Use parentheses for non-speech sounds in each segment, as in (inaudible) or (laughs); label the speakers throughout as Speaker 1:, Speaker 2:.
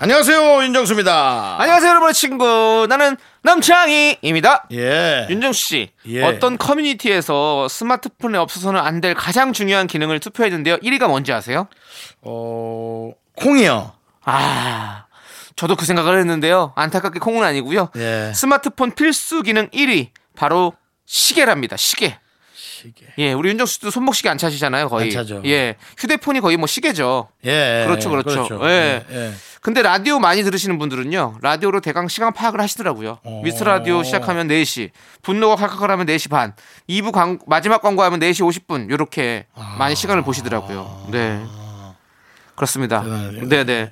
Speaker 1: 안녕하세요 윤정수입니다.
Speaker 2: 안녕하세요 여러분의 친구 나는 남창희입니다
Speaker 1: 예.
Speaker 2: 윤정수 씨
Speaker 1: 예.
Speaker 2: 어떤 커뮤니티에서 스마트폰에 없어서는 안 될 가장 중요한 기능을 투표했는데요 1위가 뭔지 아세요?
Speaker 1: 어 콩이요.
Speaker 2: 아 저도 그 생각을 했는데요 안타깝게 콩은 아니고요
Speaker 1: 예.
Speaker 2: 스마트폰 필수 기능 1위 바로 시계랍니다 시계
Speaker 1: 시계.
Speaker 2: 예, 우리 윤정수 씨도 손목시계 안 차시잖아요, 거의.
Speaker 1: 안 차죠.
Speaker 2: 예. 휴대폰이 거의 뭐 시계죠.
Speaker 1: 예.
Speaker 2: 그렇죠, 그렇죠. 예. 근데 라디오 많이 들으시는 분들은요 라디오로 대강 시간 파악을 하시더라고요
Speaker 1: 어.
Speaker 2: 미스 라디오 시작하면 4시 분노가 칼칼칼 하면 4시 반 2부 광, 마지막 광고하면 4시 50분 요렇게 많이 시간을 보시더라고요 네 그렇습니다
Speaker 1: 대단하네요.
Speaker 2: 네네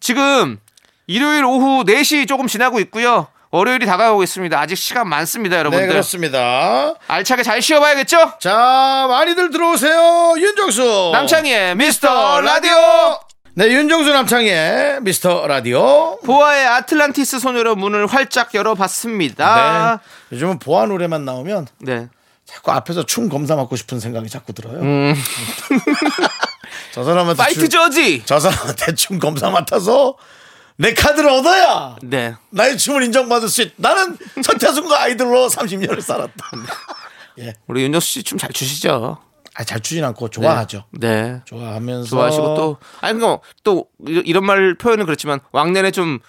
Speaker 2: 지금 일요일 오후 4시 조금 지나고 있고요 월요일이 다가오고 있습니다 아직 시간 많습니다
Speaker 1: 네
Speaker 2: 여러분들
Speaker 1: 그렇습니다.
Speaker 2: 알차게 잘 쉬어봐야겠죠
Speaker 1: 자 많이들 들어오세요 윤정수. 어,
Speaker 2: 남창희의 미스터 라디오
Speaker 1: 네 윤정수 남창의 미스터 라디오.
Speaker 2: 보아의 아틀란티스 소녀로 문을 활짝 열어봤습니다
Speaker 1: 네. 요즘은 보아 노래만 나오면
Speaker 2: 네.
Speaker 1: 자꾸 앞에서 춤 검사 맞고 싶은 생각이 자꾸 들어요. (laughs) 저 사람한테
Speaker 2: 음. 파이트
Speaker 1: 춤-
Speaker 2: 저지.
Speaker 1: 저 사람한테 춤 검사 맡아서 내 카드를 얻어야
Speaker 2: 네.
Speaker 1: 나의 춤을 인정받을 수 있. 나는 (laughs) 서태순과 아이들로 30년을 살았다.
Speaker 2: 우리 윤정수 씨 춤 잘 추시죠?
Speaker 1: 아, 잘 추진 않고 좋아하죠.
Speaker 2: 네.
Speaker 1: 좋아하면서
Speaker 2: 좋아하시고 또 아니 그또 이런 말 표현은 그렇지만 왕년에 좀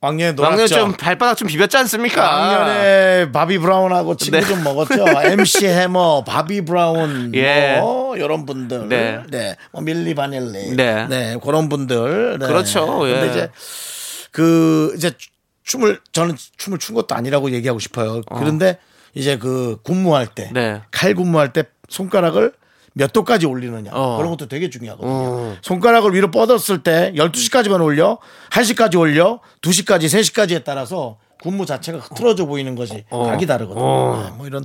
Speaker 1: 왕년에 놀았죠.
Speaker 2: 왕년에 좀 발바닥 좀 비볐지 않습니까?
Speaker 1: 왕년에 바비 브라운하고 친구
Speaker 2: 네.
Speaker 1: 좀
Speaker 2: (laughs)
Speaker 1: 먹었죠. MC 해머, 바비 브라운,
Speaker 2: 예.
Speaker 1: 뭐 이런 분들, 네,
Speaker 2: 네.
Speaker 1: 뭐 밀리 바닐리, 네,
Speaker 2: 네.
Speaker 1: 그런 분들, 네.
Speaker 2: 그렇죠, 예.
Speaker 1: 근데 이제 그 이제 춤을 저는 춤을 춘 것도 아니라고 얘기하고 싶어요. 그런데 이제 그 군무할 때,
Speaker 2: 네.
Speaker 1: 칼 군무할 때 손가락을 몇 도까지 올리느냐
Speaker 2: 어.
Speaker 1: 그런 것도 되게 중요하거든요. 손가락을 위로 뻗었을 때 12시까지만 올려, 1시까지 올려, 2시까지, 3시까지에 따라서 군무 자체가 흐트러져 보이는 거지
Speaker 2: 어.
Speaker 1: 각이 다르거든요. 네, 뭐 이런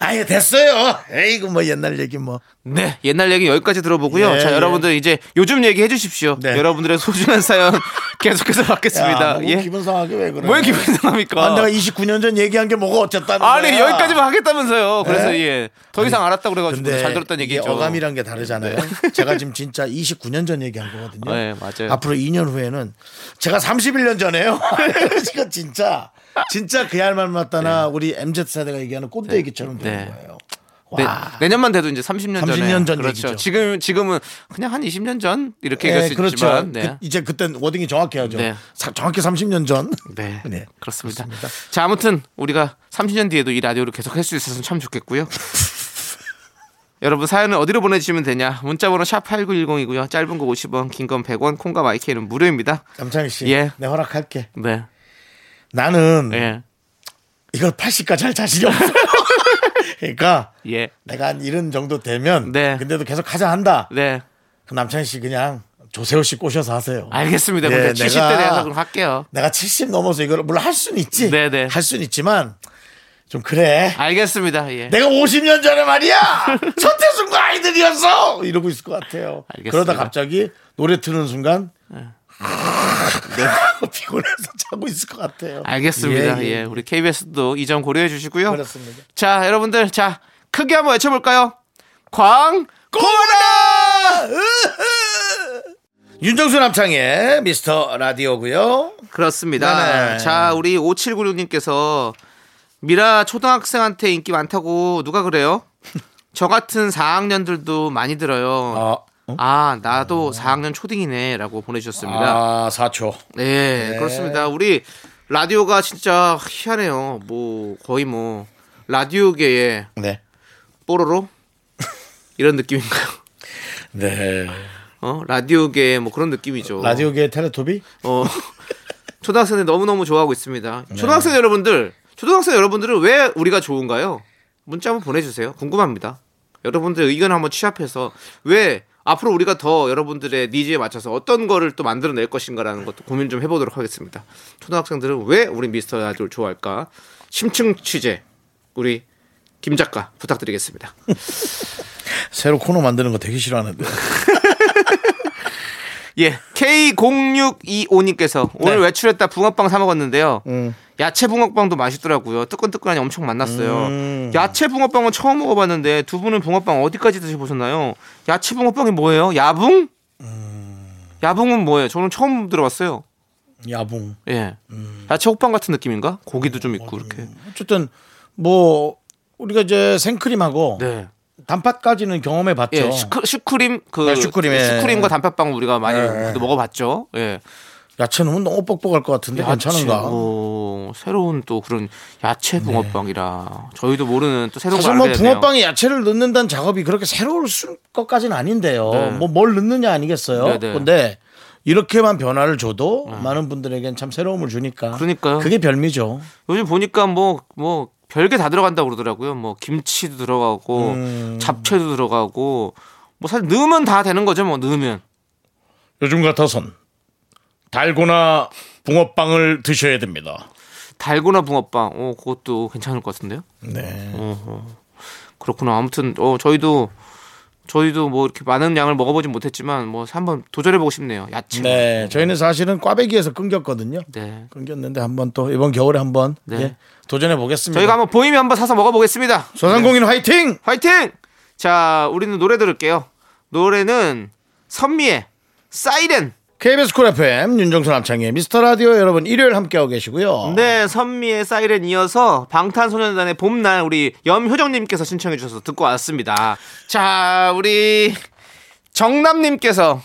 Speaker 1: 아예 됐어요. 에이구 뭐 옛날 얘기 뭐.
Speaker 2: 네. 옛날 얘기 여기까지 들어보고요.
Speaker 1: 예,
Speaker 2: 자,
Speaker 1: 예.
Speaker 2: 여러분들 이제 요즘 얘기 해 주십시오.
Speaker 1: 네.
Speaker 2: 여러분들의 소중한
Speaker 1: (laughs)
Speaker 2: 사연 계속해서
Speaker 1: 야,
Speaker 2: 받겠습니다.
Speaker 1: 너무
Speaker 2: 예.
Speaker 1: 기분 상하게 왜 그래?
Speaker 2: 왜 기분이 상합니까?
Speaker 1: 아, 내가 29년 전 얘기한 게 뭐가 어쨌다는 거야. 네.
Speaker 2: 아니, 여기까지만 하겠다면서요. 그래서 예. 더 이상 알았다고 그래 가지고
Speaker 1: 근데
Speaker 2: 잘 들었다는
Speaker 1: 이게
Speaker 2: 얘기죠.
Speaker 1: 어감이란 게 다르잖아요. 제가 지금 진짜 29년 전 얘기한 거거든요.
Speaker 2: 네, 맞아요.
Speaker 1: 앞으로 2년 후에는 제가 31년 전에요. (laughs) 이거 진짜 진짜 그야 말 맞다나 우리 MZ 세대가 얘기하는 꼰대 얘기처럼 되는
Speaker 2: 네.
Speaker 1: 거예요.
Speaker 2: 네,
Speaker 1: 와.
Speaker 2: 내년만 돼도 이제 30년 전에
Speaker 1: 30년 전
Speaker 2: 그렇죠.
Speaker 1: 얘기죠.
Speaker 2: 지금 지금은 그냥 한 20년 전 이렇게
Speaker 1: 예,
Speaker 2: 얘기할 수
Speaker 1: 그렇죠.
Speaker 2: 있지만
Speaker 1: 그,
Speaker 2: 네.
Speaker 1: 이제 그땐 워딩이 정확해야죠.
Speaker 2: 네.
Speaker 1: 사- 정확히 30년 전. (laughs)
Speaker 2: 네.
Speaker 1: 네.
Speaker 2: 그렇습니다. 자, 아무튼 우리가 30년 뒤에도 이 라디오를 계속 할 수 있었으면 참 좋겠고요.
Speaker 1: (laughs)
Speaker 2: 여러분 사연은 어디로 보내주시면 되냐? 문자번호 샵 8910이고요. 짧은 거 50원, 긴 건 100원, 콩과 마이크는 무료입니다.
Speaker 1: 남창희 씨,
Speaker 2: 예.
Speaker 1: 내 허락할게.
Speaker 2: 네,
Speaker 1: 나는
Speaker 2: 예,
Speaker 1: 이걸 80까지 할 자신이 없어. (laughs) 그러니까
Speaker 2: 예,
Speaker 1: 내가 한70 정도 되면,
Speaker 2: 네.
Speaker 1: 근데도 계속 하자 한다.
Speaker 2: 네,
Speaker 1: 그 남창희 씨 그냥 조세호 씨 꼬셔서 하세요.
Speaker 2: 알겠습니다.
Speaker 1: 예,
Speaker 2: 근데
Speaker 1: 내가-
Speaker 2: 70대 내가 그럼 할게요.
Speaker 1: 내가 70 넘어서 이걸 물론 할 수는 있지.
Speaker 2: 네네.
Speaker 1: 할 수는 있지만 좀 그래.
Speaker 2: 알겠습니다. 예.
Speaker 1: 내가 50년 전에
Speaker 2: (laughs)
Speaker 1: 말이야. 서태순과 아이들이었어. 이러고 있을 것 같아요.
Speaker 2: 알겠습니다. 네.
Speaker 1: 그러다 갑자기 노래 트는 순간 (laughs) 피곤해서 자고 있을 것 같아요.
Speaker 2: 알겠습니다. 예,
Speaker 1: 예, 예.
Speaker 2: 우리 KBS도 이 점 고려해 주시고요.
Speaker 1: 그렇습니다.
Speaker 2: 자, 여러분들, 자, 크게 한번 외쳐볼까요? 광,
Speaker 1: 꼬라! 윤정수 남창의 미스터 라디오고요.
Speaker 2: 그렇습니다.
Speaker 1: 네네.
Speaker 2: 자, 우리 5796님께서 미라 초등학생한테 인기 많다고 누가 그래요? (laughs) 저 같은 4학년들도 많이 들어요.
Speaker 1: 아,
Speaker 2: 아, 나도 4학년 초딩이네. 라고 보내주셨습니다.
Speaker 1: 아 4초.
Speaker 2: 네, 그렇습니다. 우리 라디오가 진짜 희한해요. 뭐, 거의 뭐, 라디오계의
Speaker 1: 네. (laughs)
Speaker 2: 뽀로로? 이런 느낌인가요?
Speaker 1: 네.
Speaker 2: 어 라디오계 뭐 그런 느낌이죠.
Speaker 1: 라디오계 텔레토비?
Speaker 2: 어 (laughs) 초등학생들 너무 너무 좋아하고 있습니다. 초등학생 여러분들, 초등학생 여러분들은 왜 우리가 좋은가요? 문자 한번 보내주세요. 궁금합니다. 여러분들 의견 한번 취합해서 왜 앞으로 우리가 더 여러분들의 니즈에 맞춰서 어떤 거를 또 만들어낼 것인가라는 것도 고민 좀 해보도록 하겠습니다. 초등학생들은 왜 우리 미스터 라디오를 좋아할까? 심층 취재 우리 김 작가 부탁드리겠습니다.
Speaker 1: 새로 코너 만드는 거 되게
Speaker 2: (laughs)
Speaker 1: 싫어하는데.
Speaker 2: 예, K0625님께서 오늘
Speaker 1: 네. 음.
Speaker 2: 외출했다 붕어빵 사 먹었는데요. 야채 붕어빵도 맛있더라고요. 뜨끈뜨끈하니 엄청 맛났어요.
Speaker 1: 음.
Speaker 2: 야채 붕어빵은 처음 먹어봤는데 두 분은 붕어빵 어디까지 드셔보셨나요? 야채 붕어빵이 뭐예요? 야붕?
Speaker 1: 음.
Speaker 2: 야붕은 뭐예요? 저는 처음 들어봤어요.
Speaker 1: 야붕.
Speaker 2: 예,
Speaker 1: 음.
Speaker 2: 야채 호빵 같은 느낌인가? 고기도 좀 있고 이렇게.
Speaker 1: 어쨌든 뭐 우리가 이제 생크림하고
Speaker 2: 네.
Speaker 1: 단팥까지는 경험해 봤죠.
Speaker 2: 예, 슈크, 슈크림 그
Speaker 1: 그렇죠. 네, 슈크림, 예.
Speaker 2: 슈크림과 단팥빵 우리가 많이
Speaker 1: 예.
Speaker 2: 그래도 먹어봤죠. 예.
Speaker 1: 야채 넣으면 너무 뻑뻑할 것 같은데 괜찮은가?
Speaker 2: 뭐
Speaker 1: 네.
Speaker 2: 오, 새로운 또 그런 야채 붕어빵이라 저희도 모르는 또 새로운
Speaker 1: 사실
Speaker 2: 걸
Speaker 1: 뭐
Speaker 2: 알게 되네요.
Speaker 1: 붕어빵에 야채를 넣는다는 작업이 그렇게 새로울 수- 것까지는 아닌데요.
Speaker 2: 네.
Speaker 1: 뭐 뭘 넣느냐 아니겠어요.
Speaker 2: 네, 네.
Speaker 1: 근데 이렇게만 변화를 줘도 많은 분들에겐 참 새로움을 주니까.
Speaker 2: 그러니까요.
Speaker 1: 그게 별미죠.
Speaker 2: 요즘 보니까 뭐 뭐 별게 다 들어간다고 그러더라고요. 뭐 김치도 들어가고
Speaker 1: 음.
Speaker 2: 잡채도 들어가고 뭐 사실 넣으면 다 되는 거죠. 뭐 넣으면.
Speaker 1: 요즘 같아선 달고나 붕어빵을 드셔야 됩니다.
Speaker 2: 달고나 붕어빵. 어, 그것도 괜찮을 것 같은데요.
Speaker 1: 네.
Speaker 2: 그렇구나. 아무튼 어, 저희도 저희도 뭐 이렇게 많은 양을 먹어보진 못했지만 뭐 한번 도전해보고 싶네요. 야채.
Speaker 1: 네. 저희는 사실은 꽈배기에서 끊겼거든요.
Speaker 2: 네.
Speaker 1: 끊겼는데 한번 또 이번 겨울에 한번
Speaker 2: 네.
Speaker 1: 예, 도전해 보겠습니다.
Speaker 2: 저희가 한번 네. 보이면 한번 사서 먹어보겠습니다.
Speaker 1: 소상공인 화이팅!
Speaker 2: 화이팅! 자, 우리는 노래 들을게요. 노래는 선미의 사이렌.
Speaker 1: KBS 쿨 FM 윤정수 남창희 미스터 라디오 여러분 일요일 함께하고 계시고요.
Speaker 2: 네, 선미의 사이렌 이어서 방탄소년단의 봄날 우리 염효정님께서 신청해 주셔서 듣고 왔습니다. 자, 우리 정남님께서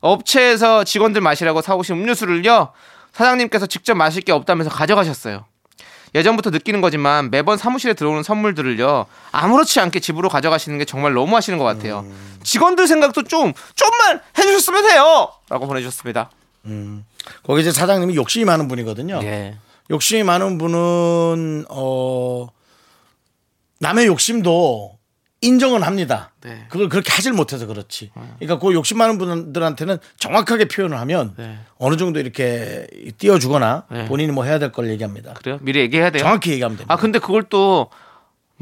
Speaker 2: 업체에서 직원들 마시라고 사오신 음료수를요 사장님께서 직접 마실 게 없다면서 가져가셨어요. 예전부터 느끼는 거지만 매번 사무실에 들어오는 선물들을요 아무렇지 않게 집으로 가져가시는 게 정말 너무하시는 것 같아요.
Speaker 1: 음.
Speaker 2: 직원들 생각도 좀 좀만 해주셨으면 해요.라고 보내주셨습니다.
Speaker 1: 거기 이제 사장님이 욕심이 많은 분이거든요.
Speaker 2: 예.
Speaker 1: 욕심이 많은 분은 어 남의 욕심도 인정은 합니다.
Speaker 2: 네.
Speaker 1: 그걸 그렇게 하질 못해서 그렇지. 그러니까 그 욕심 많은 분들한테는 정확하게 표현을 하면
Speaker 2: 네.
Speaker 1: 어느 정도 이렇게 띄워주거나
Speaker 2: 네.
Speaker 1: 본인이 뭐 해야 될 걸 얘기합니다.
Speaker 2: 그래요? 미리 얘기해야 돼요.
Speaker 1: 정확히 얘기하면 됩니다.
Speaker 2: 아 근데 그걸 또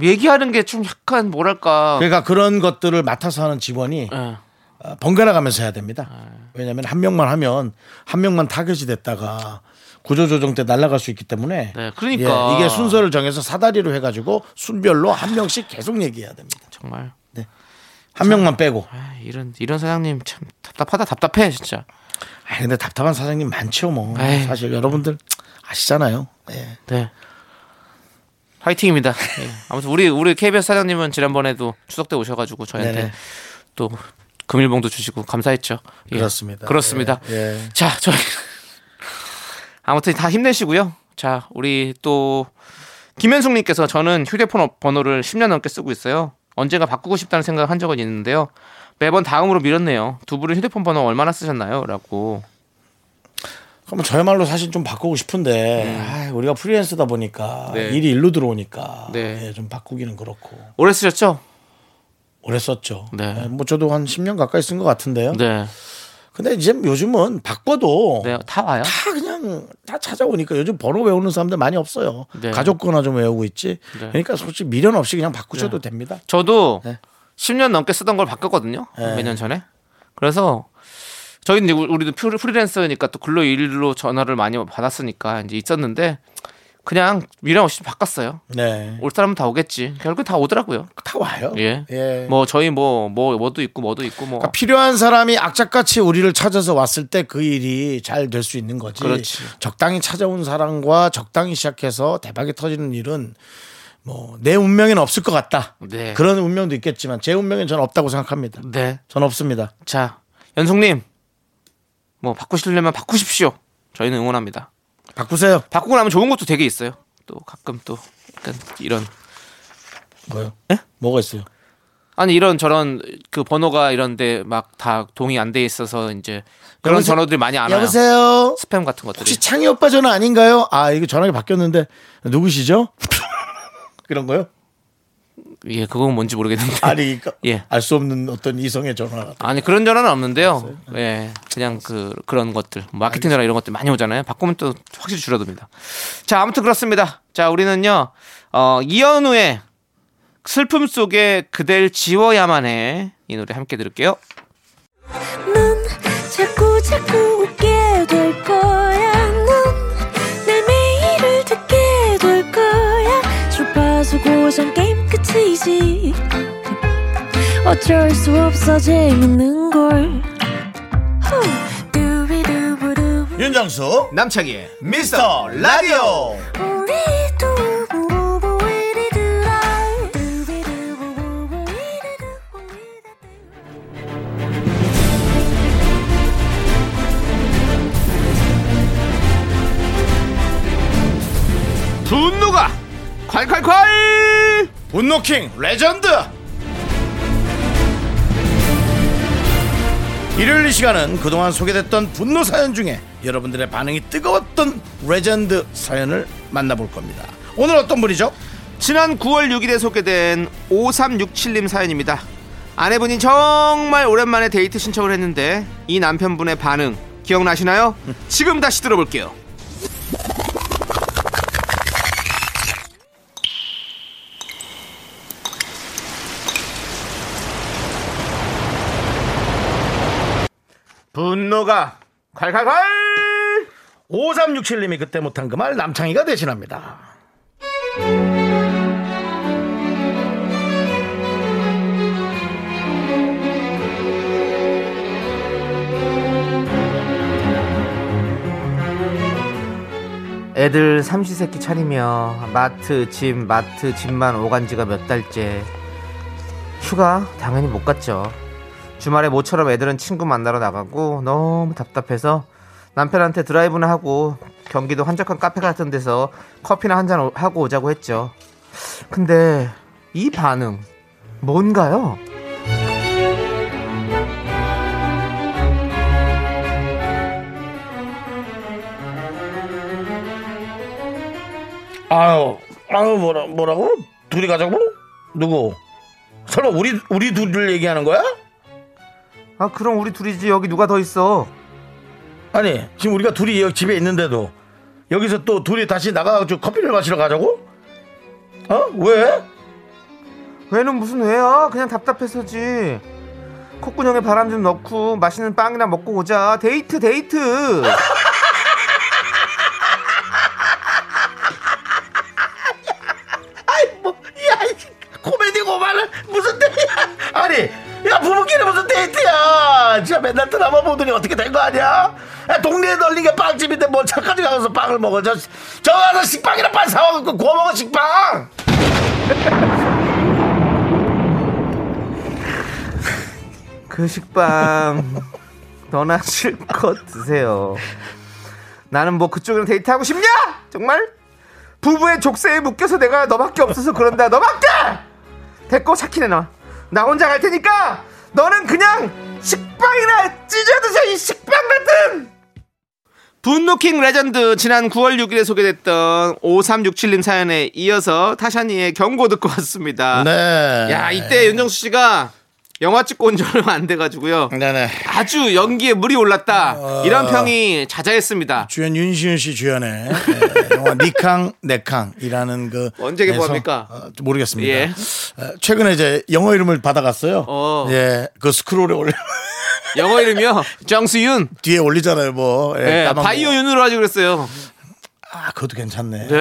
Speaker 2: 얘기하는 게 좀 약간 뭐랄까.
Speaker 1: 그러니까 그런 것들을 맡아서 하는 직원이
Speaker 2: 예.
Speaker 1: 어, 번갈아 가면서 해야 됩니다. 왜냐하면 한 명만 하면 한 명만 타겟이 됐다가 구조조정 때 날아갈 수 있기 때문에
Speaker 2: 네, 그러니까.
Speaker 1: 예, 이게 순서를 정해서 사다리로 해가지고 순별로 한 명씩 계속 얘기해야 됩니다.
Speaker 2: 정말
Speaker 1: 한 명만 빼고.
Speaker 2: 아, 이런 이런 사장님 참 답답하다 답답해 진짜.
Speaker 1: 아 근데 답답한 사장님 많죠 뭐.
Speaker 2: 에이.
Speaker 1: 사실 여러분들 아시잖아요. 예.
Speaker 2: 네. 화이팅입니다. 예. 아무튼 우리 우리 KBS 사장님은 지난번에도 추석 때 오셔가지고 저희한테
Speaker 1: 네네.
Speaker 2: 또 금일봉도 주시고 감사했죠. 예.
Speaker 1: 그렇습니다.
Speaker 2: 그렇습니다.
Speaker 1: 예, 예.
Speaker 2: 자 저희 (laughs) 아무튼 다 힘내시고요. 자 우리 또 김현숙님께서 저는 휴대폰 어- 번호를 10년 넘게 쓰고 있어요. 언젠가 바꾸고 싶다는 생각을 한 적은 있는데요. 매번 다음으로 미뤘네요. 두 분은 휴대폰 번호 얼마나 쓰셨나요? 라고.
Speaker 1: 그럼 저야말로 사실 좀 바꾸고 싶은데 아, 우리가 프리랜서다 보니까
Speaker 2: 음. 네.
Speaker 1: 일이 일로 들어오니까
Speaker 2: 네.
Speaker 1: 예, 좀 바꾸기는 그렇고
Speaker 2: 오래 쓰셨죠?
Speaker 1: 오래 썼죠.
Speaker 2: 네.
Speaker 1: 예, 뭐 저도 한 10년 가까이 쓴 것 같은데요.
Speaker 2: 네.
Speaker 1: 근데 이제 요즘은 바꿔도
Speaker 2: 네, 다 와요.
Speaker 1: 다 그냥 다 찾아오니까 요즘 번호 외우는 사람들 많이 없어요.
Speaker 2: 네.
Speaker 1: 가족 거나 좀 외우고 있지. 그러니까 솔직히 미련 없이 그냥 바꾸셔도
Speaker 2: 네.
Speaker 1: 됩니다.
Speaker 2: 저도
Speaker 1: 네.
Speaker 2: 10년 넘게 쓰던 걸 바꿨거든요.
Speaker 1: 네.
Speaker 2: 몇 년 전에. 그래서 저희는 이제 우- 우리도 프리- 프리랜서니까 또 근로 일로 전화를 많이 받았으니까 이제 있었는데 그냥 미련 없이 바꿨어요.
Speaker 1: 네.
Speaker 2: 올 사람은 다 오겠지. 결국 다 오더라고요.
Speaker 1: 다 와요.
Speaker 2: 예. 뭐 저희 뭐 뭐 뭐도 있고 뭐도 있고 뭐
Speaker 1: 그러니까 필요한 사람이 악착같이 우리를 찾아서 왔을 때 그 일이 잘 될 수 있는 거지.
Speaker 2: 그렇지.
Speaker 1: 적당히 찾아온 사람과 적당히 시작해서 대박이 터지는 일은 뭐 내 운명에는 없을 것 같다.
Speaker 2: 네.
Speaker 1: 그런 운명도 있겠지만 제 운명엔 저는 없다고 생각합니다.
Speaker 2: 네.
Speaker 1: 전 없습니다.
Speaker 2: 자, 연숙님. 뭐 바꾸시려면 바꾸십시오. 저희는 응원합니다.
Speaker 1: 바꾸세요.
Speaker 2: 바꾸고 나면 좋은 것도 되게 있어요. 또 가끔 또 약간 이런
Speaker 1: 뭐요? 뭐가 있어요?
Speaker 2: 아니 이런 저런 그 번호가 이런데 막 다 동의 안 돼 있어서 이제 그런
Speaker 1: 여보세-
Speaker 2: 전화들이 많이 안 와요.
Speaker 1: 여보세요.
Speaker 2: 스팸 같은 것들이.
Speaker 1: 혹시 창희 오빠 전화 (laughs) 아닌가요? 아 이거 전화기 바뀌었는데 누구시죠? 그런 거요?
Speaker 2: 예, 그건 뭔지 모르겠는데.
Speaker 1: 아니
Speaker 2: 예.
Speaker 1: 알 수 없는 어떤 이성의 전화
Speaker 2: 아니 그런 전화는 없는데요. 예, 그냥 그 그런 것들 마케팅 전화 이런 것들 많이 오잖아요. 바꾸면 또 확실히 줄어듭니다. 자, 아무튼 그렇습니다. 자, 우리는요 어, 이현우의 슬픔 속에 그댈 지워야만 해. 이 노래 함께 들을게요.
Speaker 3: 넌 자꾸 자꾸 웃게 될 거야. 넌내 매일을 듣게 될 거야. 주파수 고정 게임 끝이지. 어쩔 수 없어 재밌는 걸. 후. 두비두부두부.
Speaker 1: 윤정수
Speaker 2: 남창희.
Speaker 1: 미스터 라디오
Speaker 3: 우리 두부부부 우리 두라. 두비두부부부 우리 두부 우리 두부.
Speaker 2: 분노가 콸콸콸.
Speaker 1: 분노킹 레전드 일요일 이 시간은 그동안 소개됐던 분노 사연 중에 여러분들의 반응이 뜨거웠던 레전드 사연을 만나볼 겁니다 오늘 어떤 분이죠?
Speaker 2: 지난 9월 6일에 소개된 5367님 사연입니다. 아내분이 정말 오랜만에 데이트 신청을 했는데 이 남편분의 반응 기억나시나요? 지금 다시 들어볼게요. 분노가 콸콸콸!
Speaker 1: 5367님이 그때 못한 그 말 남창희가 대신합니다
Speaker 2: 애들 삼시세끼 차리며 마트 집 마트 집만 오간 지가 몇 달째 휴가 당연히 못 갔죠 주말에 모처럼 애들은 친구 만나러 나가고 너무 답답해서 남편한테 드라이브나 하고 경기도 한적한 카페 같은 데서 커피나 한잔 오- 하고 오자고 했죠 근데 이 반응 뭔가요?
Speaker 1: 아유 아유 뭐라, 뭐라고? 둘이 가자고? 누구? 설마 우리 우리 둘을 얘기하는 거야?
Speaker 2: 아 그럼 우리 둘이지 여기 누가 더 있어
Speaker 1: 아니 지금 우리가 둘이 여기 집에 있는데도 여기서 또 둘이 다시 나가가지고 커피를 마시러 가자고? 어? 왜?
Speaker 2: 왜는 무슨 왜야? 그냥 답답해서지. 콧구멍에 바람 좀 넣고 맛있는 빵이나 먹고 오자. 데이트 데이트.
Speaker 1: 아이 뭐야 코미디 고발은 무슨 데이야 아니 야 부부끼리 무슨 데이트야 진짜 맨날 드라마 보더니 어떻게 된 거 아니야 야, 동네에 널린 게 빵집인데 뭘 차까지 가서 빵을 먹어 저, 저 가서 식빵이나 빵 사와갖고 구워 먹어 식빵
Speaker 2: 그 식빵 너나 실컷 드세요. 나는 뭐 그쪽이랑 데이트하고 싶냐? 정말? 부부의 족쇄에 묶여서 내가 너밖에 없어서 그런다. 너밖에! 됐고 사키네 나. 나 혼자 갈 테니까 너는 그냥 식빵이나 찢어 드세요. 이 식빵 같은. 분노킹 레전드 지난 9월 6일에 소개됐던 5367님 사연에 이어서 타샤니의 경고 듣고 왔습니다.
Speaker 1: 네
Speaker 2: 야 이때 윤정수 씨가 영화 찍고 온 지 얼마 안 돼가지고요.
Speaker 1: 네네
Speaker 2: 아주 연기에 물이
Speaker 1: 아.
Speaker 2: 올랐다 이런 평이 자자했습니다.
Speaker 1: 주연 윤시윤 씨 주연의 예, 영화 니캉 네캉이라는 그
Speaker 2: 언제
Speaker 1: 에서,
Speaker 2: 개봉합니까?
Speaker 1: 어, 모르겠습니다.
Speaker 2: 예.
Speaker 1: 어, 최근에 이제 영어 이름을 받아갔어요.
Speaker 2: 어.
Speaker 1: 예, 그 스크롤에 올려 (laughs)
Speaker 2: 영어 이름이요 정수윤,
Speaker 1: 뒤에 올리잖아요, 뭐. 예,
Speaker 2: 예,
Speaker 1: 까만 거.
Speaker 2: 바이오윤으로 하지 그랬어요.
Speaker 1: 아, 그것도 괜찮네.
Speaker 2: 네.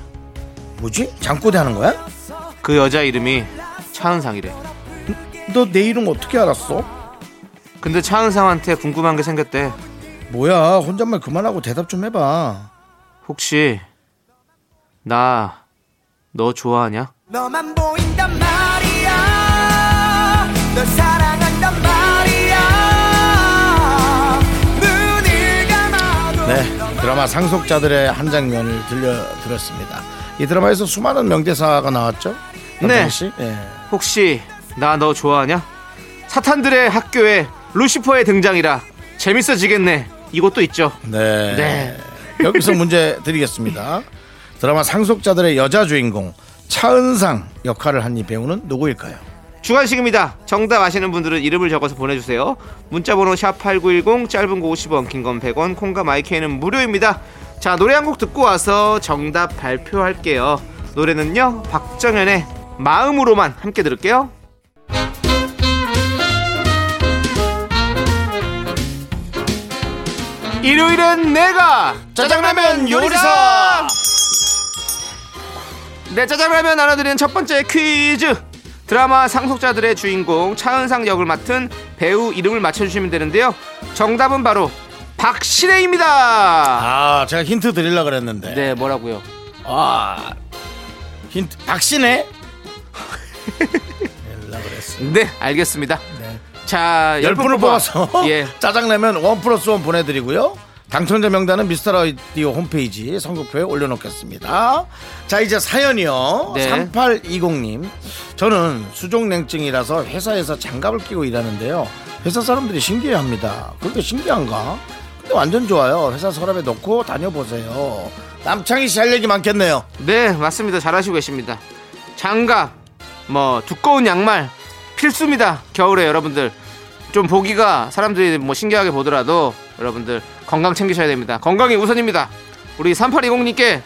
Speaker 1: 뭐지? 잠꼬대 하는 거야?
Speaker 2: 그 여자 이름이 차은상이래.
Speaker 1: 너 내 이름 어떻게 알았어?
Speaker 2: 근데 차은상한테 궁금한 게 생겼대.
Speaker 1: 뭐야 혼잣말 그만하고 대답 좀 해봐
Speaker 2: 혹시 나 너 좋아하냐?
Speaker 4: 너만 보인단 말이야 널 사랑한단 말이야 눈을 감아도
Speaker 1: 네 드라마 상속자들의 한 장면을 들려드렸습니다 이 드라마에서 수많은 명대사가 나왔죠? 남편희 씨? 예.
Speaker 2: 혹시 나 너 좋아하냐? 사탄들의 학교에 루시퍼의 등장이라 재밌어지겠네. 이것도 있죠.
Speaker 1: 네.
Speaker 2: 네.
Speaker 1: 여기서 문제 드리겠습니다. 드라마 상속자들의 여자 주인공 차은상 역할을 한 이 배우는 누구일까요?
Speaker 2: 주간식입니다. 정답 아시는 분들은 이름을 적어서 보내주세요. 문자번호 샵8910 짧은 거 50원 긴 건 100원 콩과 마이케이는 무료입니다. 자 노래 한 곡 듣고 와서 정답 발표할게요. 노래는요 박정현의 마음으로만 함께 들을게요. 일요일엔 내가
Speaker 1: 짜장라면 요리사!
Speaker 2: 네, 짜장라면 나눠드리는 첫 번째 퀴즈. 드라마 상속자들의 주인공 차은상 역을 맡은 배우 이름을 맞춰주시면 되는데요. 정답은 바로 박신혜입니다.
Speaker 1: 아, 제가 힌트 드리려 그랬는데.
Speaker 2: 네, 뭐라고요?
Speaker 1: 아, 힌트. 박신혜? 드리려고 그랬어.
Speaker 2: 네, 알겠습니다. 자,
Speaker 1: 아, 열
Speaker 2: 열분
Speaker 1: 분을 뽑아서
Speaker 2: 예,
Speaker 1: (laughs) 짜장라면 원 플러스 원 보내드리고요. 당첨자 명단은 미스터라디오 홈페이지 선곡표에 올려놓겠습니다. 자 이제 사연이요.
Speaker 2: 네.
Speaker 1: 3820님 저는 수족냉증이라서 회사에서 장갑을 끼고 일하는데요. 회사 사람들이 신기해합니다. 그렇게 신기한가? 근데 완전 좋아요. 회사 서랍에 넣고 다녀보세요. 남창희 씨 할 얘기 많겠네요.
Speaker 2: 네, 맞습니다. 잘하시고 계십니다. 장갑, 뭐 두꺼운 양말 필수입니다. 겨울에 여러분들 좀 보기가 사람들이 뭐 신기하게 보더라도 여러분들 건강 챙기셔야 됩니다. 건강이 우선입니다. 우리 3820님께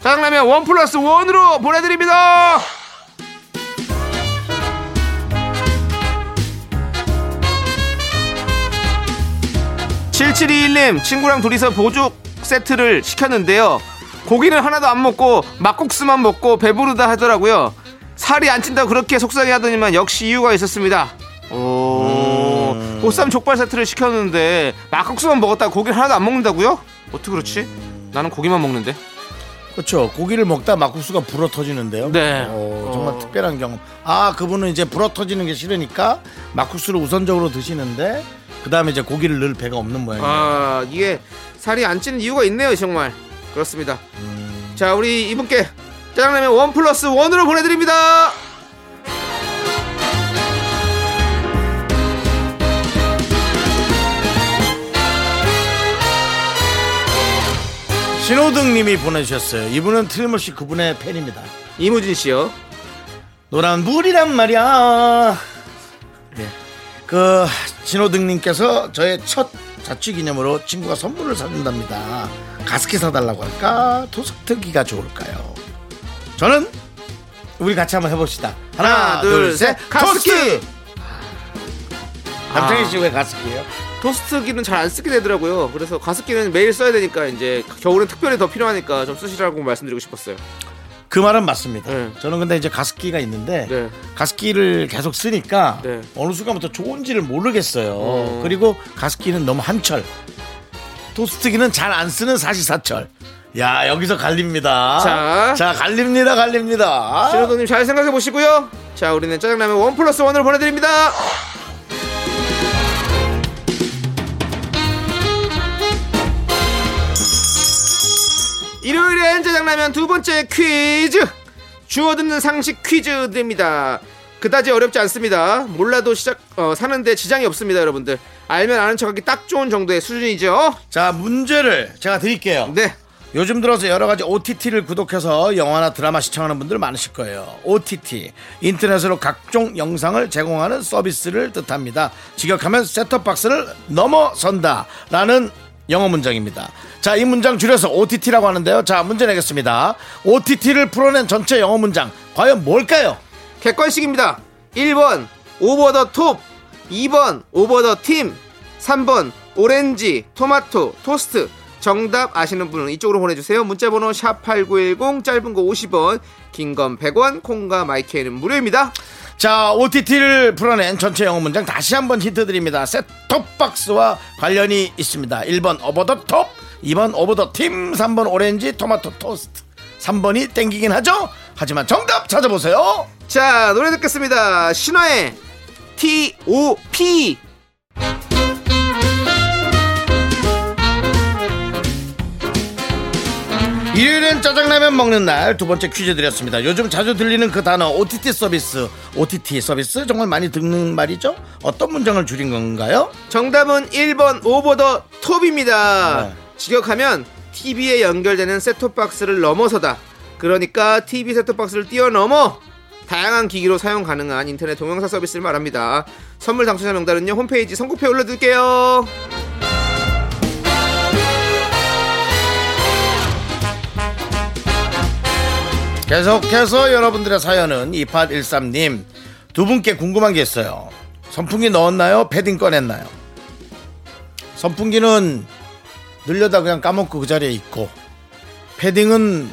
Speaker 2: 짜장라면 원 플러스 원으로 보내드립니다. 칠칠이1님 친구랑 둘이서 보조 세트를 시켰는데요. 고기는 하나도 안 먹고 막국수만 먹고 배부르다 하더라고요. 살이 안 찐다고 그렇게 속상해 하더니만 역시 이유가 있었습니다. 오, 보쌈 족발 세트를 시켰는데 막국수만 먹었다고 고기를 하나도 안 먹는다고요? 어떻게 그렇지? 나는 고기만 먹는데.
Speaker 1: 그렇죠. 고기를 먹다 막국수가 불어 터지는데요.
Speaker 2: 네.
Speaker 1: 어, 정말
Speaker 2: 어.
Speaker 1: 특별한 경험. 아 그분은 이제 불어 터지는 게 싫으니까 막국수를 우선적으로 드시는데 그 다음에 이제 고기를 넣을 배가 없는 모양이에요.
Speaker 2: 아, 이게 살이 안 찌는 이유가 있네요, 정말. 그렇습니다. 자, 우리 이분께 짜장라면 원 플러스 원으로 보내드립니다.
Speaker 1: 신호등님이 보내주셨어요. 이분은 틀림없이 그분의 팬입니다.
Speaker 2: 이무진 씨요.
Speaker 1: 노란 불이란 말이야.
Speaker 2: 네.
Speaker 1: 그 신호등님께서 저의 첫 자취 기념으로 친구가 선물을 사준답니다. 가습기 사달라고 할까? 토스트기가 좋을까요? 저는 우리 같이 한번 해봅시다. 하나,
Speaker 2: 하나,
Speaker 1: 둘,
Speaker 2: 둘,
Speaker 1: 셋,
Speaker 2: 셋.
Speaker 1: 가습기. 아.
Speaker 2: 가습기!
Speaker 1: 남창희 씨 왜 가습기예요?
Speaker 2: 토스트기는 잘 안 쓰게 되더라고요. 그래서 가습기는 매일 써야 되니까 이제 겨울은 특별히 더 필요하니까 좀 쓰시라고 말씀드리고 싶었어요.
Speaker 1: 그 말은 맞습니다.
Speaker 2: 네.
Speaker 1: 저는 근데 이제 가습기가 있는데
Speaker 2: 네.
Speaker 1: 가습기를 계속 쓰니까
Speaker 2: 네.
Speaker 1: 어느 순간부터 좋은지를 모르겠어요.
Speaker 2: 어.
Speaker 1: 그리고 가습기는 너무 한철. 토스트기는 잘 안 쓰는 사시사철. 야 여기서 갈립니다.
Speaker 2: 자.
Speaker 1: 갈립니다, 갈립니다.
Speaker 2: 신호동님 잘 생각해 보시고요. 자, 우리는 짜장라면 원 플러스 원으로 보내드립니다. 일요일엔 짜장라면 두 번째 퀴즈 주워 듣는 상식 퀴즈 드립니다. 그다지 어렵지 않습니다. 몰라도 시작 어, 사는데 지장이 없습니다, 여러분들. 알면 아는 척하기 딱 좋은 정도의 수준이죠.
Speaker 1: 자 문제를 제가 드릴게요.
Speaker 2: 네,
Speaker 1: 요즘 들어서 여러 가지 OTT를 구독해서 영화나 드라마 시청하는 분들 많으실 거예요. OTT 인터넷으로 각종 영상을 제공하는 서비스를 뜻합니다. 직역하면 셋톱 박스를 넘어선다라는 영어 문장입니다. 자, 이 문장 줄여서 OTT라고 하는데요. 자, 문제 내겠습니다. OTT를 풀어낸 전체 영어 문장 과연 뭘까요?
Speaker 2: 객관식입니다. 1번 오버 더 톱, 2번 오버 더 팀, 3번 오렌지, 토마토, 토스트. 정답 아시는 분은 이쪽으로 보내주세요. 문자번호 샵 #8910 짧은 거 50원, 긴 건 100원, 콩과 마이크는 무료입니다.
Speaker 1: 자, OTT를 풀어낸 전체 영어 문장 다시 한번 힌트 드립니다. 셋톱 박스와 관련이 있습니다. 1번 오버 더 톱, 2번 오버 더 팀, 3번 오렌지 토마토 토스트. 3번이 땡기긴 하죠? 하지만 정답 찾아보세요.
Speaker 2: 자 노래 듣겠습니다. 신화의 T.O.P.
Speaker 1: 일요일엔 짜장라면 먹는 날 두 번째 퀴즈 드렸습니다. 요즘 자주 들리는 그 단어 OTT 서비스. OTT 서비스 정말 많이 듣는 말이죠? 어떤 문장을 줄인 건가요?
Speaker 2: 정답은 1번 오버 더 톱입니다. 직역하면 TV에 연결되는 셋톱박스를 넘어서다. 그러니까 TV 셋톱박스를 뛰어넘어 다양한 기기로 사용 가능한 인터넷 동영상 서비스를 말합니다. 선물 당첨자 명단은요 홈페이지 선곡표에 올려둘게요.
Speaker 1: 계속해서 여러분들의 사연은 2813님 두 분께 궁금한 게 있어요. 선풍기 넣었나요? 패딩 꺼냈나요? 선풍기는 늘려다 그냥 까먹고 그 자리에 있고 패딩은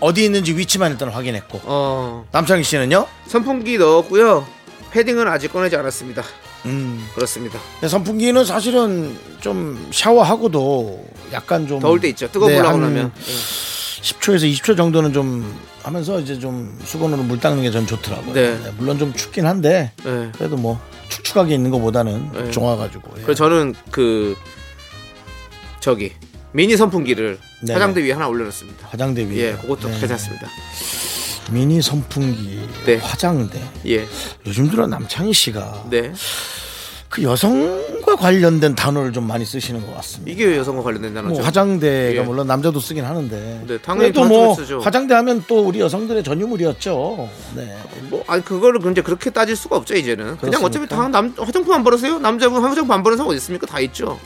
Speaker 1: 어디 있는지 위치만 일단 확인했고
Speaker 5: 어,
Speaker 1: 남창희 씨는요?
Speaker 5: 선풍기 넣었고요. 패딩은 아직 꺼내지 않았습니다.
Speaker 1: 음.
Speaker 5: 그렇습니다.
Speaker 1: 근데 선풍기는 사실은 좀 샤워하고도 약간 좀
Speaker 5: 더울 때 있죠. 뜨거운
Speaker 1: 네,
Speaker 5: 물 나고
Speaker 1: 한
Speaker 5: 나면.
Speaker 1: 10초에서 20초 정도는 좀 하면서 이제 좀 수건으로 물 닦는 게 전 좋더라고요.
Speaker 5: 네.
Speaker 1: 네, 물론 좀 춥긴 한데
Speaker 5: 예. 예.
Speaker 1: 그래도 뭐 축축하게 있는 것보다는
Speaker 5: 네.
Speaker 1: 좋아가지고 예.
Speaker 5: 그래서 저는 그 저기 미니 선풍기를
Speaker 1: 네.
Speaker 5: 화장대 위에 하나 올려놨습니다.
Speaker 1: 화장대 위에
Speaker 5: 예, 그것도
Speaker 1: 네.
Speaker 5: 괜찮습니다.
Speaker 1: 미니 선풍기
Speaker 5: 네.
Speaker 1: 화장대
Speaker 5: 예,
Speaker 1: 요즘 들어 남창희 씨가
Speaker 5: 네.
Speaker 1: 그 여성과 관련된 단어를 좀 많이 쓰시는 것 같습니다.
Speaker 5: 이게 왜 여성과 관련된 단어죠?
Speaker 1: 뭐 화장대가
Speaker 5: 예.
Speaker 1: 물론 남자도 쓰긴 하는데
Speaker 5: 네, 당연히
Speaker 1: 그래도 뭐
Speaker 5: 저한테는 쓰죠.
Speaker 1: 화장대 하면 또 우리 여성들의 전유물이었죠. 네.
Speaker 5: 뭐, 아니 그거를 근데 그렇게 따질 수가 없죠 이제는. 그냥
Speaker 1: 그렇습니까?
Speaker 5: 어차피 다 남 화장품 안 바르세요? 남자분 화장품 안 바른 사람 어디 있습니까? 다 있죠.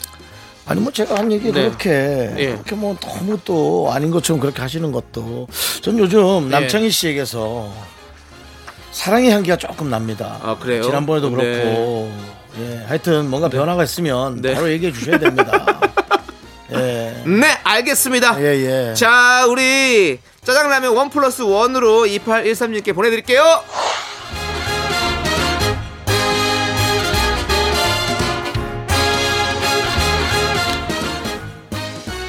Speaker 1: 아니 뭐 제가 한 얘기
Speaker 5: 네.
Speaker 1: 그렇게
Speaker 5: 예.
Speaker 1: 그렇게 뭐 너무 또 아닌 것처럼 그렇게 하시는 것도 전
Speaker 5: 예.
Speaker 1: 요즘 남창희 씨에게서 사랑의 향기가 조금 납니다.
Speaker 5: 아, 그래요?
Speaker 1: 지난번에도
Speaker 5: 네.
Speaker 1: 그렇고 예 하여튼 뭔가 변화가 있으면
Speaker 5: 네.
Speaker 1: 바로 얘기해 주셔야 됩니다.
Speaker 5: (laughs)
Speaker 1: 예.
Speaker 5: 네, 알겠습니다.
Speaker 1: 예, 예.
Speaker 5: 자, 우리 짜장라면 원 플러스 원으로 2813님께 보내드릴게요.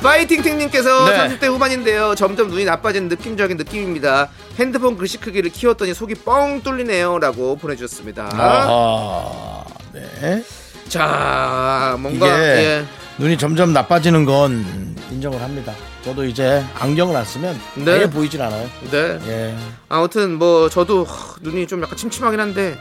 Speaker 5: 파이팅팅님께서
Speaker 1: 네.
Speaker 5: 30대 후반인데요. 점점 눈이 나빠지는 느낌적인 느낌입니다. 핸드폰 글씨 크기를 키웠더니 속이 뻥 뚫리네요라고 보내주셨습니다.
Speaker 1: 아하. 네.
Speaker 5: 자,
Speaker 1: 이게
Speaker 5: 뭔가 예.
Speaker 1: 눈이 점점 나빠지는 건 인정을 합니다. 저도 이제 안경을 안 쓰면
Speaker 5: 네.
Speaker 1: 아예 보이질 않아요.
Speaker 5: 네.
Speaker 1: 예.
Speaker 5: 아무튼 뭐 저도 하, 눈이 좀 약간 침침하긴 한데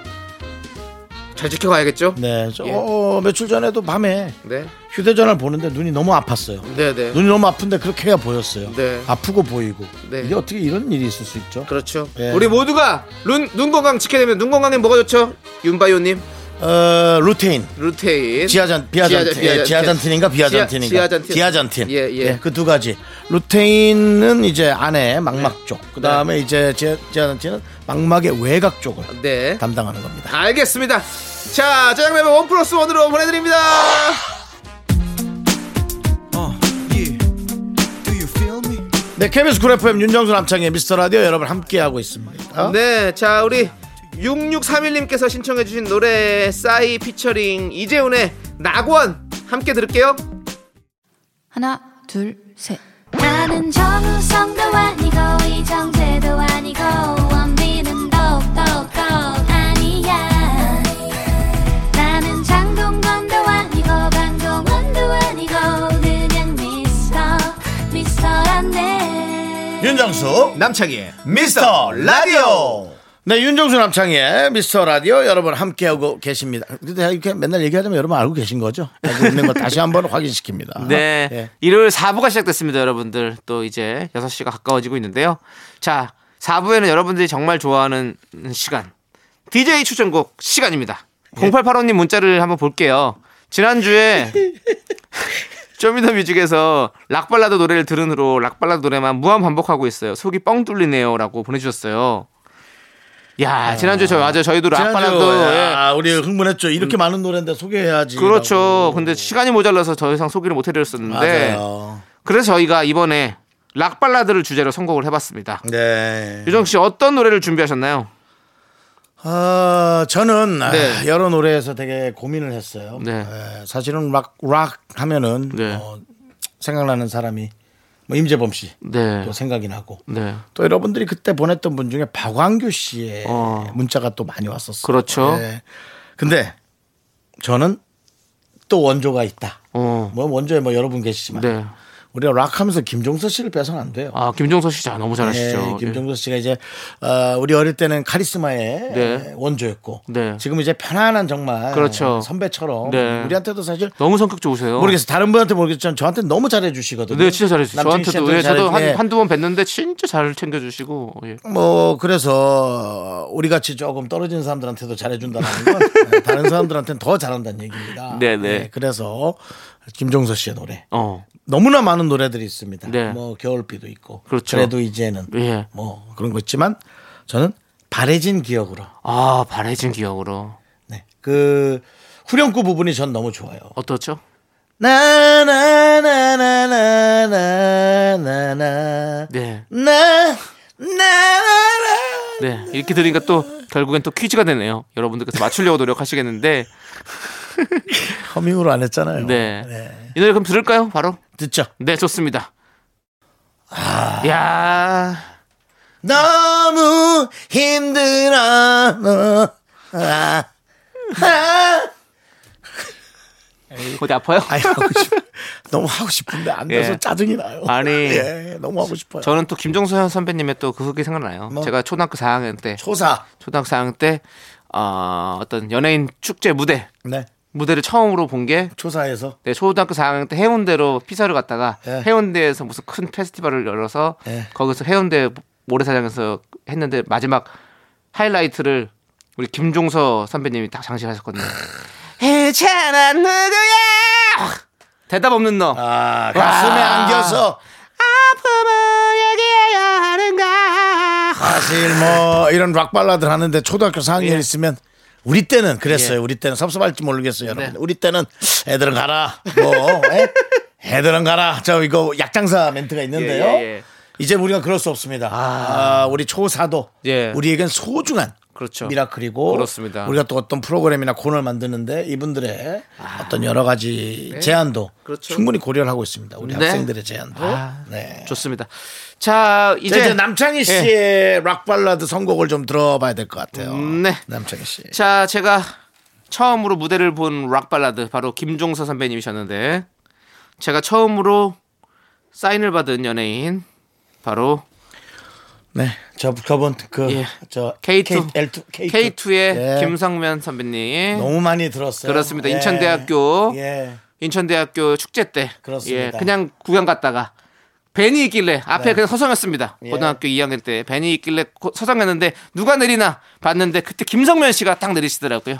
Speaker 5: 잘 지켜가야겠죠.
Speaker 1: 네. 저
Speaker 5: 예.
Speaker 1: 어, 며칠 전에도 밤에
Speaker 5: 네,
Speaker 1: 휴대전화를 보는데 눈이 너무 아팠어요.
Speaker 5: 네, 네.
Speaker 1: 눈이 너무 아픈데 그렇게 해야 보였어요.
Speaker 5: 네.
Speaker 1: 아프고 보이고.
Speaker 5: 네.
Speaker 1: 이게 어떻게 이런 일이 있을 수 있죠?
Speaker 5: 그렇죠.
Speaker 1: 예.
Speaker 5: 우리 모두가 눈, 눈 건강 지켜야 되면 눈 건강에 뭐가 좋죠? 윤바이오님
Speaker 1: 어, 루테인.
Speaker 5: 루테인.
Speaker 1: 지하잔
Speaker 5: 지하잔-
Speaker 1: 비아잔틴
Speaker 5: 비아잔-
Speaker 1: 예, 지하잔틴인가 비아잔틴인가
Speaker 5: 지하- 지하잔틴.
Speaker 1: 지하잔틴
Speaker 5: 예, 예.
Speaker 1: 그 두 가지 루테인은 이제 안에 망막
Speaker 5: 네.
Speaker 1: 쪽 그다음에 이제 지하, 지하잔틴은 망막의 외곽 쪽을
Speaker 5: 네.
Speaker 1: 담당하는 겁니다
Speaker 5: 알겠습니다. 자, 짜장라면 원 플러스 원으로 보내드립니다.
Speaker 1: 네 KBS 쿨 FM 윤정수 남창의 미스터라디오 여러분 함께하고 있습니다
Speaker 5: 네, 자 우리 6631님께서 신청해주신 노래 싸이 피처링 이재훈의 낙원 함께 들을게요.
Speaker 4: 하나, 둘, 셋.
Speaker 3: 나는 정우성도 아니고 이정재도 아니고 원빈은 더욱더 아니야 나는 장동건도 아니고 방종원도 아니고 그냥 미스터 미스터란데
Speaker 1: 윤정수
Speaker 5: 남창희의
Speaker 1: 미스터 라디오 네 윤정수 남창의 미스터 라디오 여러분 함께하고 계십니다 근데 이렇게 맨날 얘기하자면 여러분 알고 계신 거죠 알고 있는 거 다시 한번 (laughs) 확인시킵니다
Speaker 5: 네.
Speaker 1: 예.
Speaker 5: 일요일 4부가 시작됐습니다, 여러분들. 또 이제 6시가 가까워지고 있는데요. 자, 4부에는 여러분들이 정말 좋아하는 시간. DJ 추천곡 시간입니다.
Speaker 1: 예.
Speaker 5: 0885님 문자를 한번 볼게요.
Speaker 1: (laughs)
Speaker 5: 지난주에 쇼미더 뮤직에서 락발라드 노래를 들은 후로 락발라드 노래만 무한 반복하고 있어요. 속이 뻥 뚫리네요. 라고 보내주셨어요. 야, 지난주에 저, 맞아요. 저희도 락발라드.
Speaker 1: 지난주,
Speaker 5: 예. 음.
Speaker 1: 아, 우리 흥분했죠. 이렇게 많은 노래인데 소개해야지.
Speaker 5: 그렇죠.
Speaker 1: 라고.
Speaker 5: 근데 시간이 모자라서 더 이상 소개를 못해드렸었는데.
Speaker 1: 맞아요.
Speaker 5: 그래서 저희가 이번에 락 발라드를 주제로 선곡을 해봤습니다.
Speaker 1: 네.
Speaker 5: 유정 씨 어떤 노래를 준비하셨나요?
Speaker 1: 아, 저는 아,
Speaker 5: 네.
Speaker 1: 여러 노래에서 되게 고민을 했어요.
Speaker 5: 네.
Speaker 1: 에, 사실은 락, 락 하면은
Speaker 5: 네.
Speaker 1: 어, 생각나는 사람이 뭐 임재범 씨.
Speaker 5: 네,
Speaker 1: 또 생각이 나고
Speaker 5: 네,
Speaker 1: 또 여러분들이 그때 보냈던 분 중에 박광규 씨의
Speaker 5: 어.
Speaker 1: 문자가 또 많이 왔었어요.
Speaker 5: 그렇죠.
Speaker 1: 예. 근데 저는 또 원조가 있다.
Speaker 5: 어,
Speaker 1: 뭐 원조에 뭐 여러분 계시지만
Speaker 5: 네.
Speaker 1: 우리가 락하면서 김종서 씨를 빼서는 안 돼요.
Speaker 5: 아 김종서 씨 자, 너무 잘하시죠. 예.
Speaker 1: 네,
Speaker 6: 예.
Speaker 1: 김종서 씨가 이제 어, 우리 어릴 때는 카리스마의
Speaker 5: 네.
Speaker 1: 원조였고
Speaker 5: 네.
Speaker 1: 지금 이제 편안한 정말
Speaker 5: 그렇죠.
Speaker 1: 선배처럼
Speaker 5: 네.
Speaker 1: 우리한테도 사실
Speaker 5: 예. 너무 성격 좋으세요.
Speaker 1: 모르겠어요. 다른 분한테 모르겠지만 저한테 너무 잘해 주시거든요.
Speaker 5: 네, 진짜 잘했어요. 저한테도 예, 저도 한,
Speaker 1: 한,
Speaker 5: 한두 번 뵀는데 진짜 잘 챙겨주시고 예.
Speaker 1: 뭐 그래서 우리 같이 조금 떨어진 사람들한테도 잘해 준다는
Speaker 5: (laughs)
Speaker 1: 건 네, 다른 사람들한테는 더 잘한다는 얘기입니다.
Speaker 5: 네, 네.
Speaker 1: 그래서 김종서 씨의 노래
Speaker 5: 어,
Speaker 1: 너무나 많은 노래들이 있습니다.
Speaker 5: 네.
Speaker 1: 뭐 겨울비도 있고
Speaker 5: 그렇죠.
Speaker 1: 래도 이제는
Speaker 5: 예.
Speaker 1: 뭐 그런 거 있지만 저는 바래진 기억으로
Speaker 5: 아 바래진 기억으로
Speaker 1: 네. 그 후렴구 부분이 전 너무 좋아요.
Speaker 5: 어떻죠?
Speaker 1: 나나나나나나나나
Speaker 5: 네.
Speaker 1: 나
Speaker 6: 네 이렇게 들으니까 또 결국엔 또 퀴즈가 되네요. 여러분들께서 맞추려고 노력하시겠는데
Speaker 1: 허밍으로 안 했잖아요.
Speaker 6: 네. 이 노래 그럼 들을까요? 바로
Speaker 1: 듣죠.
Speaker 6: 네 좋습니다. 야
Speaker 1: 너무 힘들어. 너. 아. 아.
Speaker 6: 어디 아파요?
Speaker 1: 아니 하고 싶. 너무 하고 싶은데 안 돼서
Speaker 6: 예.
Speaker 1: 짜증이 나요.
Speaker 6: 아니.
Speaker 1: 예, 너무 하고 싶어요.
Speaker 6: 저는 또 김종서 선배님의 또 그게 생각나요.
Speaker 1: 뭐?
Speaker 6: 제가 초등학교 4학년 때
Speaker 1: 초사.
Speaker 6: 초등학교 4학년 때 어, 어떤 연예인 축제 무대
Speaker 1: 네.
Speaker 6: 무대를 처음으로 본 게
Speaker 1: 초사에서
Speaker 6: 네, 초등학교 4학년 때 해운대로 피서를 갔다가
Speaker 1: 예.
Speaker 6: 해운대에서 무슨 큰 페스티벌을 열어서
Speaker 1: 예.
Speaker 6: 거기서 해운대 모래사장에서 했는데 마지막 하이라이트를 우리 김종서 선배님이 딱
Speaker 1: (laughs)
Speaker 6: 장식하셨거든요. 해찬아 누구야? 대답 없는 너.
Speaker 1: 아, 가슴에
Speaker 6: 와.
Speaker 1: 안겨서
Speaker 6: 아픔을 얘기해야 하는가?
Speaker 1: 사실 아, 뭐 이런 락 발라드 하는데 초등학교 4학년 있으면 우리 때는 그랬어요.
Speaker 6: 예. 네.
Speaker 1: 우리 때는 섭섭할지 모르겠어요, 여러분. 우리 때는 애들은 가라. 뭐 에? 애들은 가라. 저 이거 약장사 멘트가 있는데요.
Speaker 6: 예, 예, 예.
Speaker 1: 이제 우리가 그럴 수 없습니다. 아, 우리 초사도
Speaker 6: 예.
Speaker 1: 우리에겐 소중한
Speaker 6: 그렇죠.
Speaker 1: 미라클이고
Speaker 6: 그렇습니다.
Speaker 1: 우리가 또 어떤 프로그램이나 코너를 만드는데 이분들의 어떤 여러 가지 제안도
Speaker 6: 아. 네. 그렇죠.
Speaker 1: 충분히 고려를 하고 있습니다. 우리
Speaker 6: 네. 아.
Speaker 1: 학생들의 제안도. 네.
Speaker 6: 좋습니다. 자
Speaker 1: 자,
Speaker 6: 이제,
Speaker 1: 이제 예. 남창희 씨의 락 발라드 선곡을 좀 들어봐야 될 것 같아요.
Speaker 6: 음, 네.
Speaker 1: 남창희 씨.
Speaker 6: 자 제가 처음으로 무대를 본 락 발라드 바로 김종서 선배님이셨는데 제가 처음으로 사인을 받은 연예인 바로
Speaker 1: 네. 저 저번
Speaker 6: 예.
Speaker 1: 그저
Speaker 6: K2.
Speaker 1: L2 K2.
Speaker 6: K2의
Speaker 1: 예. 네.
Speaker 6: 김성면 선배님
Speaker 1: 너무 많이 들었어요.
Speaker 6: 그렇습니다.
Speaker 1: 예.
Speaker 6: 인천대학교.
Speaker 1: 예.
Speaker 6: 인천대학교 축제 때
Speaker 1: 그렇습니다. 네.
Speaker 6: 예, 그냥 구경 갔다가 벤이 있길래 앞에 그냥 서성였습니다.
Speaker 1: 예.
Speaker 6: 고등학교 2학년 때 벤이 있길래 고- 서성였는데 누가 내리나 봤는데 그때 김성면 씨가 딱 내리시더라고요.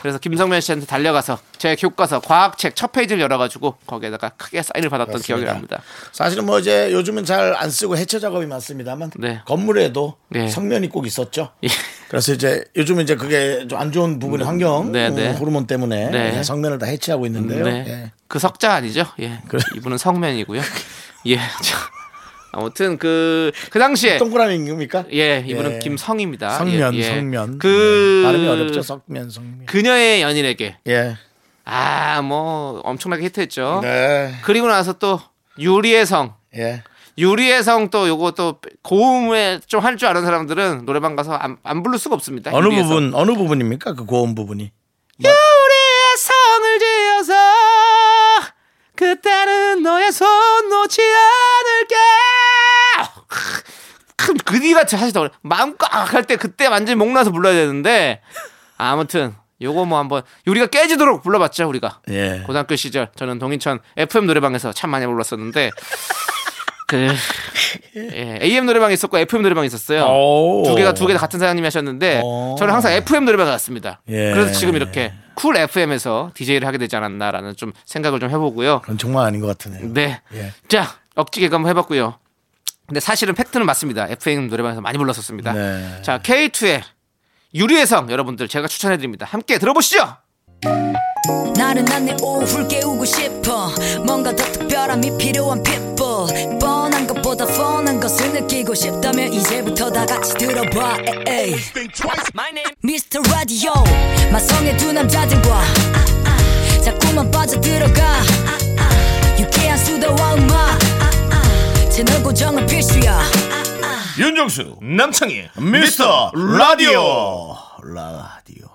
Speaker 6: 그래서 김성면 씨한테 달려가서 제 교과서 과학책 첫 페이지를 열어가지고 거기에다가 크게 사인을 받았던 기억이 납니다.
Speaker 1: 사실은 뭐 이제 요즘은 잘 안 쓰고 해체 작업이 많습니다만
Speaker 6: 네.
Speaker 1: 건물에도
Speaker 6: 예.
Speaker 1: 성면이 꼭 있었죠. 그래서 이제 요즘 이제 그게 좀 안 좋은 부분이 환경
Speaker 6: 네, 네.
Speaker 1: 음, 호르몬 때문에
Speaker 6: 네.
Speaker 1: 예, 성면을 다 해체하고 있는데요.
Speaker 6: 네.
Speaker 1: 예.
Speaker 6: 그 석자 아니죠? 예.
Speaker 1: 그래.
Speaker 6: 이분은 성면이고요. 예. 자, 아무튼 그, 그 당시에.
Speaker 1: 동그라미입니까?
Speaker 6: 예, 이분은
Speaker 1: 예.
Speaker 6: 김성입니다.
Speaker 1: 성면,
Speaker 6: 예, 예.
Speaker 1: 성면.
Speaker 6: 그.
Speaker 1: 예. 발음이 어렵죠. 성면, 성면.
Speaker 6: 그녀의 연인에게
Speaker 1: 예.
Speaker 6: 아, 뭐 엄청나게 히트했죠.
Speaker 1: 네.
Speaker 6: 그리고 나서 또 유리의 성.
Speaker 1: 예.
Speaker 6: 유리의 성 또 요거 또 고음에 좀 할 줄 아는 사람들은 노래방 가서 안, 안 부를 수가 없습니다.
Speaker 1: 어느
Speaker 6: 유리의 성.
Speaker 1: 부분, 어느 부분입니까? 그 고음 부분이.
Speaker 6: 유리의 성을 지어서 그때는 너의 손 놓지 않을게. 큰 그니가 사실 더 어려- 마음껏 할때 그때 완전히 목나서 불러야 되는데 아무튼 요거 뭐 한번 요리가 깨지도록 불러봤죠 우리가.
Speaker 1: 예.
Speaker 6: 고등학교 시절 저는 동인천 FM 노래방에서 참 많이 불렀었는데 그 예, AM 노래방이 있었고 FM 노래방이 있었어요.
Speaker 1: 오.
Speaker 6: 두 개가 두 개 다 같은 사장님이 하셨는데
Speaker 1: 오.
Speaker 6: 저는 항상 FM 노래방에 갔습니다.
Speaker 1: 예.
Speaker 6: 그래서 지금 이렇게 쿨 FM에서 DJ를 하게 되지 않았나라는 좀 생각을 좀 해보고요.
Speaker 1: 그건 정말 아닌 것 같으네요.
Speaker 6: 네.
Speaker 1: 예.
Speaker 6: 자, 억지 개그 한번 해봤고요. 근데 사실은 팩트는 맞습니다. FM 노래방에서 많이 불렀었습니다.
Speaker 1: 네.
Speaker 6: 자, K2의 유리의 성 여러분들 제가 추천해드립니다. 함께 들어보시죠.
Speaker 4: 나른한 내 오후를 깨우고 싶어 뭔가 더 특별함이 필요한 people 뻔한 것보다 뻔한 것을 느끼고 싶다면 이제부터 다 같이 들어봐 에이. Mr. Radio 마성의 두 남자들과 자꾸만 빠져들어가 유쾌한 수다와 음악 채널 고정은 필수야
Speaker 7: 윤정수 남창희
Speaker 1: 미스터 라디오. 라디오.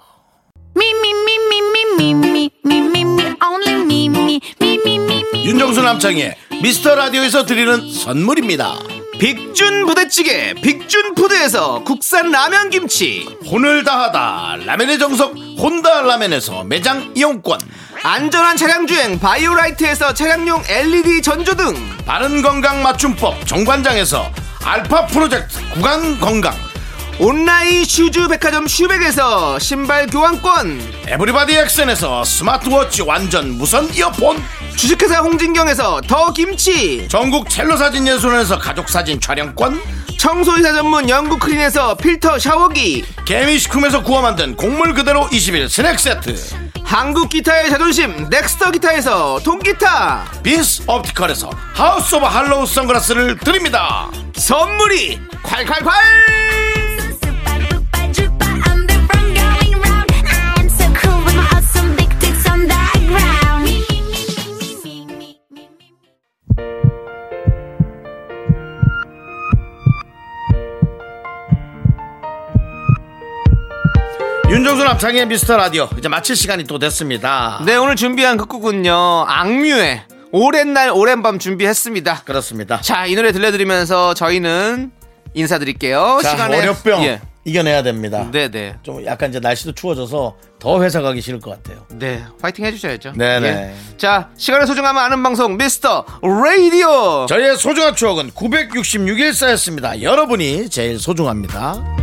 Speaker 1: 윤정수 남창의 미스터 라디오에서 드리는 선물입니다.
Speaker 6: 빅준 부대찌개 빅준 푸드에서 국산 라면 김치
Speaker 1: 혼을 다하다 라멘의 정석 혼다 라멘에서 매장 이용권
Speaker 6: 안전한 차량 주행 바이오라이트에서 차량용 LED 전조등
Speaker 1: 바른 건강 맞춤법 정관장에서 알파 프로젝트 구간 건강
Speaker 6: 온라인 슈즈 백화점 슈백에서 신발 교환권
Speaker 1: 에브리바디 액션에서 스마트워치 완전 무선 이어폰
Speaker 6: 주식회사 홍진경에서 더 김치
Speaker 1: 전국 첼로 사진 예술원에서 가족 사진 촬영권
Speaker 6: 청소이사 전문 영국 크린에서 필터 샤워기
Speaker 1: 개미식품에서 구워 만든 곡물 그대로 21 스낵 세트
Speaker 2: 한국 기타의 자존심 넥스터 기타에서 통기타
Speaker 1: 빈스 옵티컬에서 하우스 오브 할로우 선글라스를 드립니다.
Speaker 2: 선물이 콸콸콸
Speaker 1: 윤정수 남창의 미스터 라디오 이제 마칠 시간이 또 됐습니다.
Speaker 2: 네 오늘 준비한 끝곡은요 악뮤의 오랜 날 오랜 밤 준비했습니다
Speaker 1: 그렇습니다.
Speaker 2: 자 이 노래 들려드리면서 저희는 인사드릴게요
Speaker 1: 자,
Speaker 2: 시간에
Speaker 1: 월요병
Speaker 2: 예.
Speaker 1: 이겨내야 됩니다.
Speaker 2: 네네
Speaker 1: 좀 약간 이제 날씨도 추워져서 더 회사 가기 싫을 것 같아요.
Speaker 2: 네 파이팅 해주셔야죠
Speaker 1: 네네.
Speaker 2: 예. 자 시간을 소중함을 아는 방송 미스터 라디오
Speaker 1: 저희의 소중한 추억은 966일 쌓였습니다. 여러분이 제일 소중합니다.